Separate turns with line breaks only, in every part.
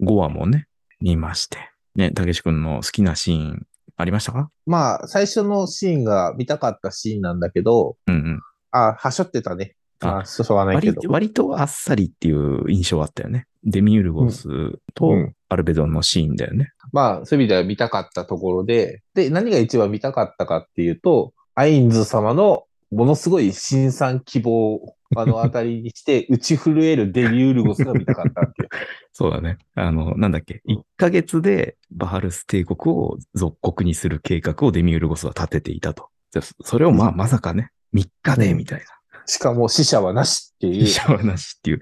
5話もね、見まして。ね、たけし君の好きなシーンありましたか
まあ、最初のシーンが見たかったシーンなんだけど、
うんうん。
あ、はしょってたね。
あ
あ、しょうがないけ
割
ど。
割とあっさりっていう印象あったよね。デミウルゴスと
うんうん
アルベドンのシーンだよね。
まあ、そういう意味では見たかったところで、で、何が一番見たかったかっていうと、アインズ様のものすごい新参希望を目の当たりにして、打ち震えるデビュールゴスが見たかった っていう。
そうだね。あの、なんだっけ。1ヶ月でバハルス帝国を属国にする計画をデミウルゴスは立てていたと。でそそれをまあ、まさかね、3日で、みたいな。
しかも死者はなし っていう
医。者はなしっていう。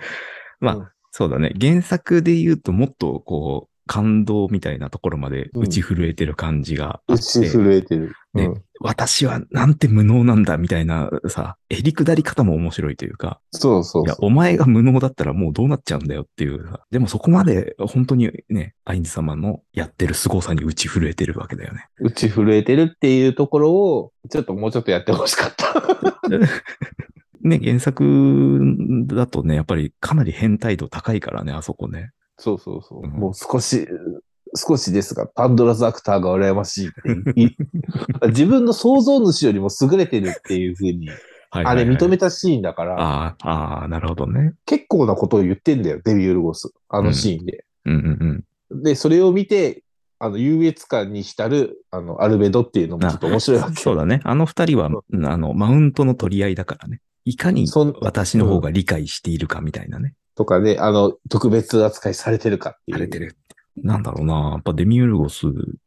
まあ、
うん
そうだね。原作で言うともっとこう、感動みたいなところまで
うん
打ち震えてる感じがあ
打
っ
ち
て、
震えてる。
ね
うん
私はなんて無能なんだみたいなさ、えりくだり方も面白いというか、
そうそう
いや、
そう。
お前が無能だったらもうどうなっちゃうんだよっていうさ。でもそこまで本当にね、アインズ様のやってる凄さに打ち震えてるわけだよね。
打ち震えてるっていうところを、ちょっともうちょっとやってほしかった。
ね、原作だとね、やっぱりかなり変態度高いからね、あそこね。
そうそうそう。
うん
もう少し、少しですが、パンドラズアクターが羨ましいって い自分の想像主よりも優れてるっていうふうに、
はいは
あ
いは
れ
い
認めたシーンだから、
ああ、ああ、なるほどね。
結構なことを言ってんだよ、デビュールゴス。あのシーンで。
うんうんうん。
で、それを見て、あの、優越感に浸る、あの、アルベドっていうのもちょっと面白いわけ。
そうだね。あの二人は、うんあの、マウントの取り合いだからね。いかに
そん
私の方が理解しているかみたいなね。
とかね、あの、特別扱いされてるかっていう。
されてる。なんだろうな。やっぱデミウルゴス、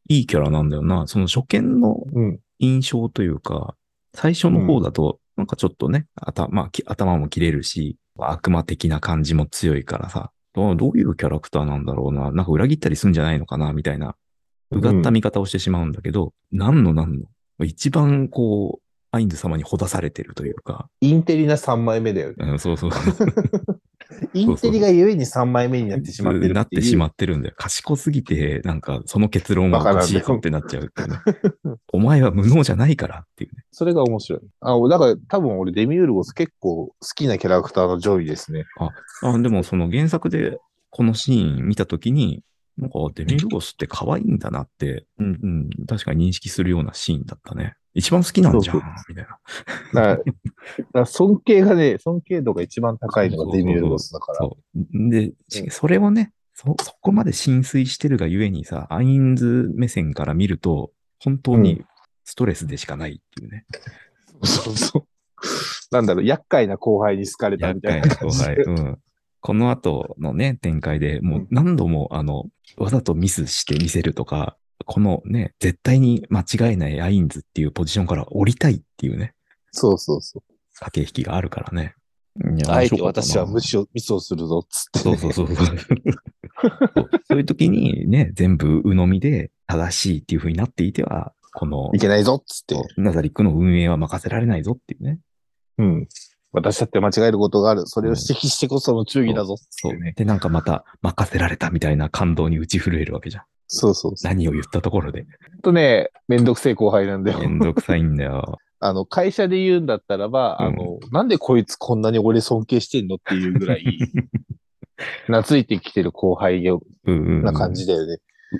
いいキャラなんだよな。その初見の
うん。
印象というか、最初の方だと、なんかちょっとね、頭、まあき頭も切れるし、悪魔的な感じも強いからさ、どうどういうキャラクターなんだろうな、なんか裏切ったりするんじゃないのかな、みたいな、うがった見方をしてしまうんだけど、何の何の、一番こう、アインズ様にほだされてるというか、
インテリな3枚目だよね。
うん、そうそう。
インテリがゆえに3枚目になってしまってるっていう。
なってしまってるんだよ。賢すぎて、なんかその結論はおかしいぞってなっちゃうっていうねお前は無能じゃないからっていうね。
それが面白い。あ、だから多分俺デミウルゴス結構好きなキャラクターの上位ですね。
あ、でもその原作でこのシーン見たときに、なんかデミルゴスって可愛いんだなって、うんうん、確かに認識するようなシーンだったね。一番好きなんじゃん
そう、
みたいな。
だ からだから尊敬がね、尊敬度が一番高いのがデミウルゴスだから。
そう。で、しそれをね、そ、そこまで浸水してるがゆえにさ、アインズ目線から見ると、本当にストレスでしかないっていうね。
そうそう。なんだろう、厄介な後輩に好かれたみ
厄
た
介な
いな感
後
じ
輩。
で。
うん。この後のね、展開でもう何度も、あの、わざとミスして見せるとか、このね、絶対に間違えないアインズっていうポジションから降りたいっていうね、
そうそうそ
駆け引きがあるからね。
う。あえて私は無
視。
視を、ミスをするぞ、つって、
そうそうそうそ う。そうそういう時にね、全部鵜呑みで正しいっていう風になっていては、この
い、けないぞ、つって。
ナザリックの運営は任せられないぞっていうね。
うん。私だって間違えることがある。それを指摘してこその注意だぞ、つ
そ
って
う
ね。。
で、なんかまた任せられたみたいな感動に打ち震えるわけじゃん。
そうそうそう。
何を言ったところで。
ほんとね、めんどくせえ後輩なんだよ
め。んどくさいんだよ。
あの、会社で言うんだったらば、
うん
あの、なんでこいつこんなに俺尊敬してんのっていうぐらい、 懐いてきてる後輩よ
うんうんうん
な感。じだよね。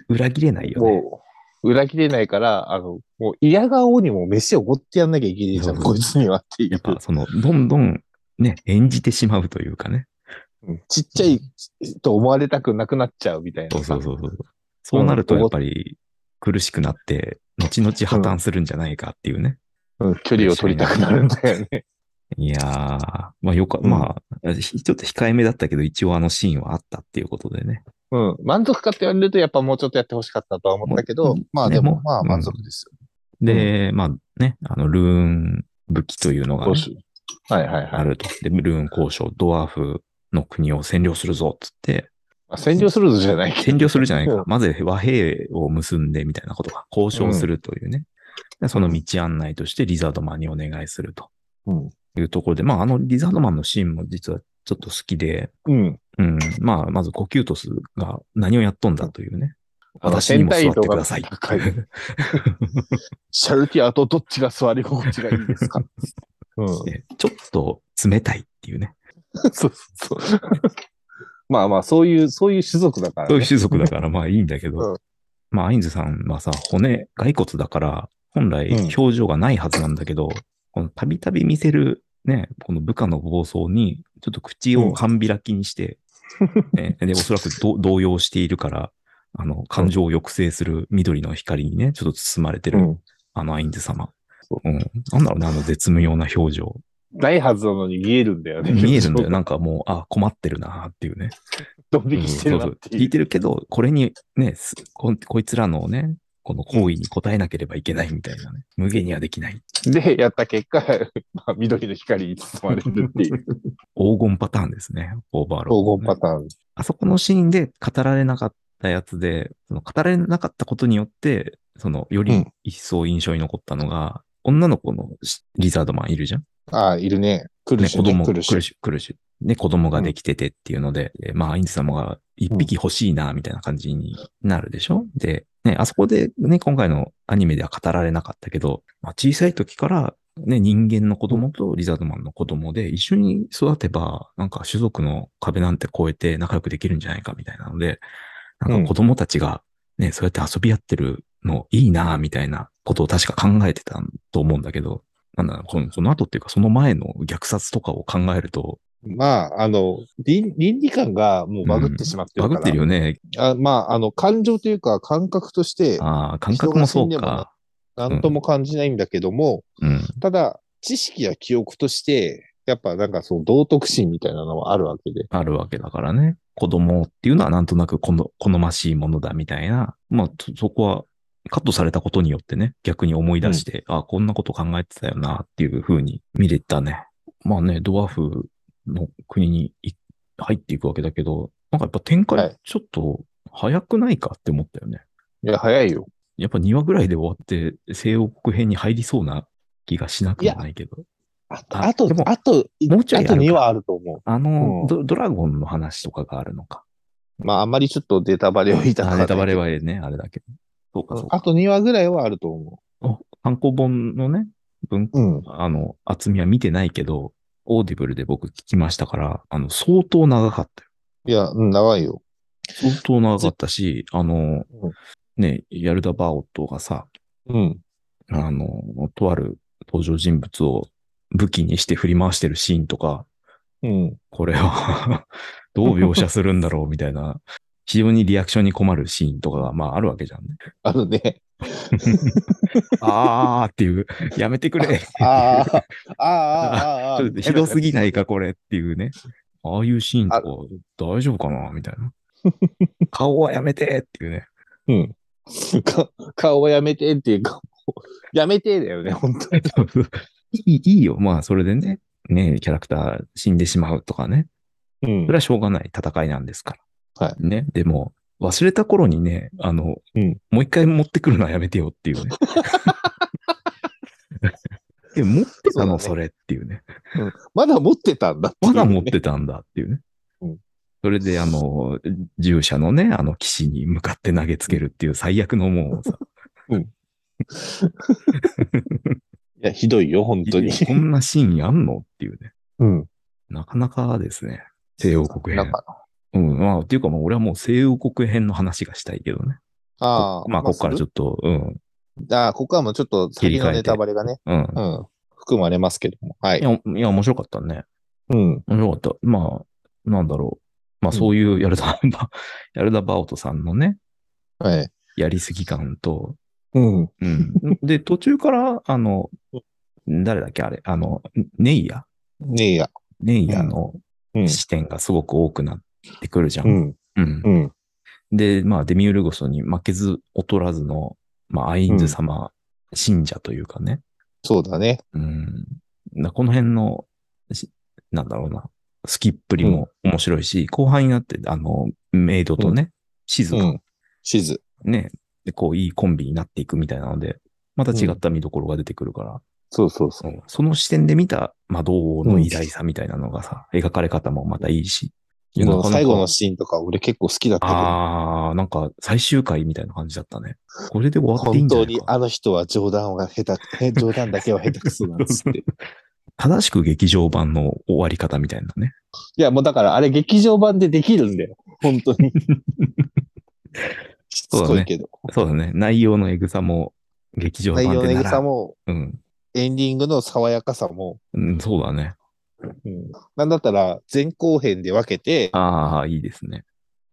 裏切れないよね。
もう、裏切れないから、あの、もう嫌顔にも飯をごってやんなきゃいけねえじゃん、
そう
こいつにはってい
やっ
う。
ぱその、どんどんね、演じてしまうというかね。
うんちっちゃいと思われたくなくなっちゃうみたいな
そう
さ。
そうそうそう。そうなるとやっぱり苦しくなって、後々破綻するんじゃないかっていうね。
うん距離を取りたくなるんだよね。
いやー、まあよか、
うん
まあ、ひちょっと控えめだったけど、一応あのシーンはあったっていうことでね。
うん。満足かって言われると、やっぱもうちょっとやってほしかったとは思ったけ
も
ど
ううん、
まあ
ね
で
も
も
う、
まあ
うん
満足ですよ。
で、まあね、あの、ルーン武器というのがね、
どうしようはいはい
あ
はい。
ると。で、ルーン交渉、ドワーフの国を占領するぞ、つって、
まあ占領するぞじゃないけ
占
ど。
領するじゃないか
うん。
まず和平を結んでみたいなことが交渉するというね。でその道案内としてリザードマンにお願いすると
うん。
いうところで、まああのリザードマンのシーンも実はちょっと好きで、
うん。
うん、まあまずコキュートスが何をやっとんだというね。
あの
私にも座ってください。
戦 隊とシャルティアとどっちが座り心地がいいで すかうん。
でちょっと冷たいっていうね。
そうそうそう。 まあまあ、そういう、そういう種族だから、ね。
そういう種族だからまあいいんだけど、
うん
まあアインズさんはさ、骨、骸骨だから、本来
うん
表情がないはずなんだけど、このたびたび見せるね、この部下の暴走に、ちょっと口
うん
を半開きに して、ね、で、おそらくど動揺しているから、あの、感情を抑制する緑の光にね、ちょっと包まれてる、
うん。
あのアインズ様
そ。
うん。なんだろうね、あの絶妙な表 情。
ないはずなのに見えるんだよね。
見えるんだよ。
な。
なんかもう、あ、困ってるなっていうね。
ドン引きしてるな
うん
っ
そう
て
そう聞
い。
いうてるけど、これにね、すこんこいつらのね、この行為に応えなければいけないみたいなね。無限にはできない。
で、やった結果、 まあ、緑の光に包まれるっていう。
黄金パターンですね。オーバーロード
黄
ね、
金パターン。
あそこのシーンで語られなかったやつで、その語られなかったことによって、その、よ
う
り
ん
一層印象に残ったのが、女の子のしリザードマンいるじゃん
ああ、いるね。来る
ね、
し、
子
ね、
供、
来
苦
る
しい、
し。
苦しい。ね、子供ができててっていうので、えーまあ、アインズ様が一匹欲しいな、みたいな感じになるでしょ、で、ね、あそこでね、今回のアニメでは語られなかったけど、まあ、小さい時から、ね、人間の子供とリザードマンの子供で一緒に育てば、なんか種族の壁なんて越えて仲良くできるんじゃないかみたいなので、なんか子供たちがね、そうやって遊び合ってるのいいなぁみたいなことを確か考えてたと思うんだけど、なんだろうこのその後っていうかその前の虐殺とかを考えると、
まあ、あの、倫倫理観がもうバグってしまってる
バ
から。
グってるよね。
あまあ、あの、感情というか感覚として、
ああ、感覚もそう
人が死んでもな
か。
なんとも感じないんだけども、
うん。
ただ、知識や記憶として、やっぱなんかその道徳心みたいなのはあるわけで。
あるわけだからね。子供っていうのはなんとなくこの好ましいものだみたいな。まあ、そそこはカットされたことによってね、逆に思い出して、あこんなこと考えてたよなっていう風に見れたね。まあね、ドワーフの国にい入っていくわけだけど、なんかやっぱ展
は
開
い
ちょっと早くないかって思ったよね。
いや、早いよ。
やっぱ2話ぐらいで終わって西欧国編に入りそうな気がしなくもないけど。
あと、
あ
あと
で、も
あと、
もうちょいあ
あ
るか
と2はあると思
あの、
うん
ドドラゴンの話とかがあるのか。
う。まあ、あんまりちょっとデータバレを言いたく
あ
ない。
ネタバレはね、あれだけど。そうか、そうか
あ。と2話ぐらいはあると思
単行本のね、文、
う。うん。
あの、厚みは見てないけど、オーディブルで僕聞きましたから、あの、相当長かったよ。
いや、うん、長いよ。
相当長かったし、あの
うん、
ね、ヤルダ・バーオットがさ、
うん。
あの、とある登場人物を武器にして振り回してるシーンとか、
うん。
これは、 どう描写するんだろうみたいな、非常にリアクションに困るシーンとかが、まああるわけじゃんね。
あるね。
あーっていう、 やめてくれ
あーあー、あー あー、あ。
ちょっとひどすぎないいか、これっていうね。ああいうシーンとか大丈夫かなみたいな。顔はやめてっていう ね。
うん。 か顔をやめてっていうか、もうやめてだよね、本当に。
いいいいよ。まあ、それでね、ね、キャラクター死んでしまうとかね。
うん
それはしょうがない戦いなんですから。。
はい
ね。でも、忘れた頃にね、あの、
うん
もう一回持ってくるのはやめてよっていう ね。え、持ってたの
そ
そうれっていうね。
まだ持ってたんだってい
ま
うね
だ持ってたんだっていうね。
うん
それで、あの、従者のね、あの、岸に向かって投げつけるっていう最悪のもうさ、
いや、ひどいよ、 本当に。
こんなシーンあんのっていうね。
うん。
なかなかですね。西欧国
なん
編。
か、
うん、まあ、っていうかもう俺はもう西欧国編の話がしたいけどね。
ああ、
まあ、ここからちょ
っ
っと、うん、
と。ああ、ここはもうちょっと先のネタバレがね、
うん。
うん、含まれますけども。はいい。
や、いや、面白かったね。
うん。
面白かった。まあ、なんだろう。まあ、
うん
そういうヤルダ、 ヤルダバオトさんのね、
はい。
やりすぎ感と、
うん。
うん。で、途中から、あの、誰だっけあれ、あの、ネイヤ
ねえや。
ネイヤの
うん。
視点がすごく多くなってくるじゃん。
うん。
うん
うん。
で、まあ、デミウルゴソに負けず劣らずの、まあ、アインズ様、信者というかね。
そうだね。
うん。なこの辺のし、なんだろうな、スキップリも面白いし、後半になって、あの、メイドとね、シズ
う
が
ん。地図。
ね、でこう、いいコンビになっていくみたいなので、また違った見どころが出てくるから、
そうそうそ。
そうのその視点で見た魔導王の偉大さみたいなのがさ、描かれ方もまたいいし。
でも最後
なかな
の
か
シーンとか俺結構好きだったけど、
あー、なんか最終回みたいな感じだったね。これで終わっていい
本
んじゃ
当
ない
に
か
あの人は冗談が下手く、冗談だけは下手くそなんですって。
正しく劇場版の終わり方みたいなね。
いや、もうだからあれ劇場版でできるんだよ。本当 に。しつこいけど。
そうだね。内容のエグさも、劇場版
内
でな
容
ら
のエグさも、
うん。
エンディングの爽やかさも、
うん、そうだね。
うんなんだったら前後編で分けて
ああ、いいですね。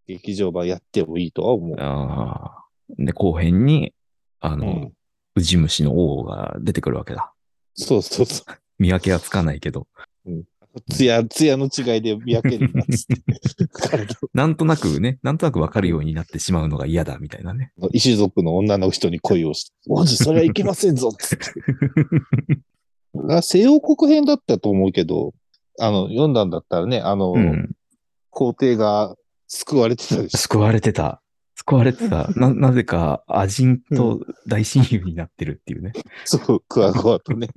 劇場版やってもいいとは思う。
ああ。で、後編に、あ
う
の、
ん、
ウジ虫の王が出てくるわけだ。
そうそうそ
見分けはつかないけど、
う。ツヤ、ツヤの違いで見分けるんだっつって。彼
なんとなくね、なんとなくわかるようになってしまうのが嫌だみたいなね。
の異種族の女の人に恋をして、マジそれはいけませんぞっつって。だから西洋国編だったと思うけど、あの、読んだんだったらね、あの、
うん。
皇帝が救われてたでしょ。
救われてた。救われてた。 な、なぜか、アジンと大親友になってるっていうね。
そう、クワゴワとね。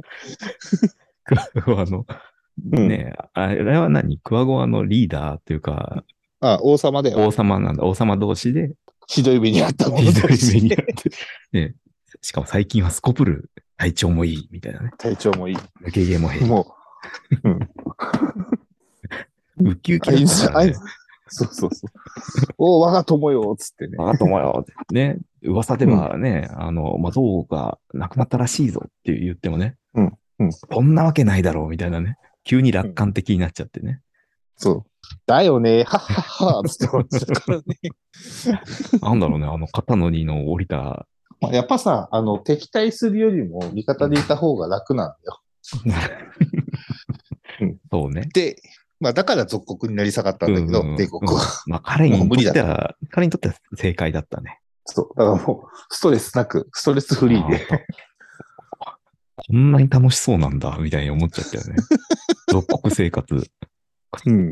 クワゴアの、
うん
ねえあれは何クワゴアのリーダーというか、
あ、王様だよ。
王様なんだ。王様同士で、
ひどい目にあったもの
ひど
と
い目
し
にあ
て。
って。 ねしかも最近はスコプル、体調もいい、みたいなね。
体調もいい。
抜け毛も 減る。
も
ウキウ
う、
キ
あ
だ
い
っ
つ
た、か
あ
ら
い
ね
つ。、そうそうそう。お我が友よ、つってね。
あともよ。ね。噂ではね、あの、まあ、像が亡くなったらしいぞって言ってもね。
うんうん
こんなわけないだろうみたいなね。急に楽観的になっちゃってね。
そう。だよね、はっはっは、つって思ってた からね。
なんだろうね、あの、肩の荷の降りた。
まあやっぱさ、あの、敵対するよりも味方でいた方が楽なんだよ。うん
そう ね。
で、まあだから属国になり下がったんだけど、
うんうん
帝国は。
うんまあ、彼に
もう無理
と
だ
っては、彼にとっては正解だったね。
そう。だからもう、ストレスなく、ストレスフリーで。
あー。こんなに楽しそうなんだ、みたいに思っちゃったよ ね。属国生活。
うん。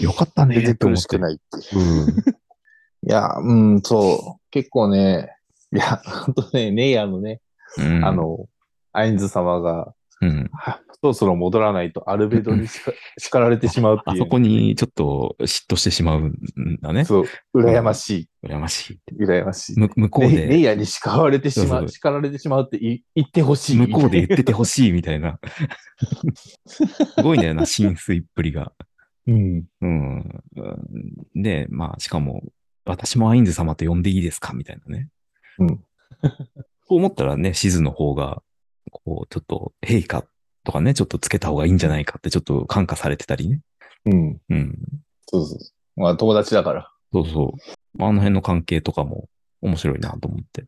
よかったね
全然
って思
苦
っ
してく。ないって。
うん。
いや、うん、そう。結構ね、いや、本当ね、ネイヤーのね、
うん
あ、の、アインズ様が、
うん。
はそろそろ戻らないとアルベドにしか叱られてしまうって
あ
いう。
そこにちょっと嫉妬してしまうんだね。
そう、羨まし
羨ましいって。
い、羨ましい。
む向こう
ネイネ
で、
イヤーに叱られてし
そう
ま
そう
う、叱られてしまうってい言ってほしい。
向こうで言っててほしいみたいな。 すごいんだ よな、浸水っぷりが。
うん。
うん。うんで、まあ、しかも、私もアインズ様と呼んでいいですかみたいなね。
うん。
そう思ったらね、シズの方が、こう、ちょっと、陛下とかね、ちょっとつけた方がいいんじゃないかって、ちょっと感化されてたりね。
うん。
うん。
そうそうそう。まあ友達だから。
そうそう。あの辺の関係とかも面白いなと思って。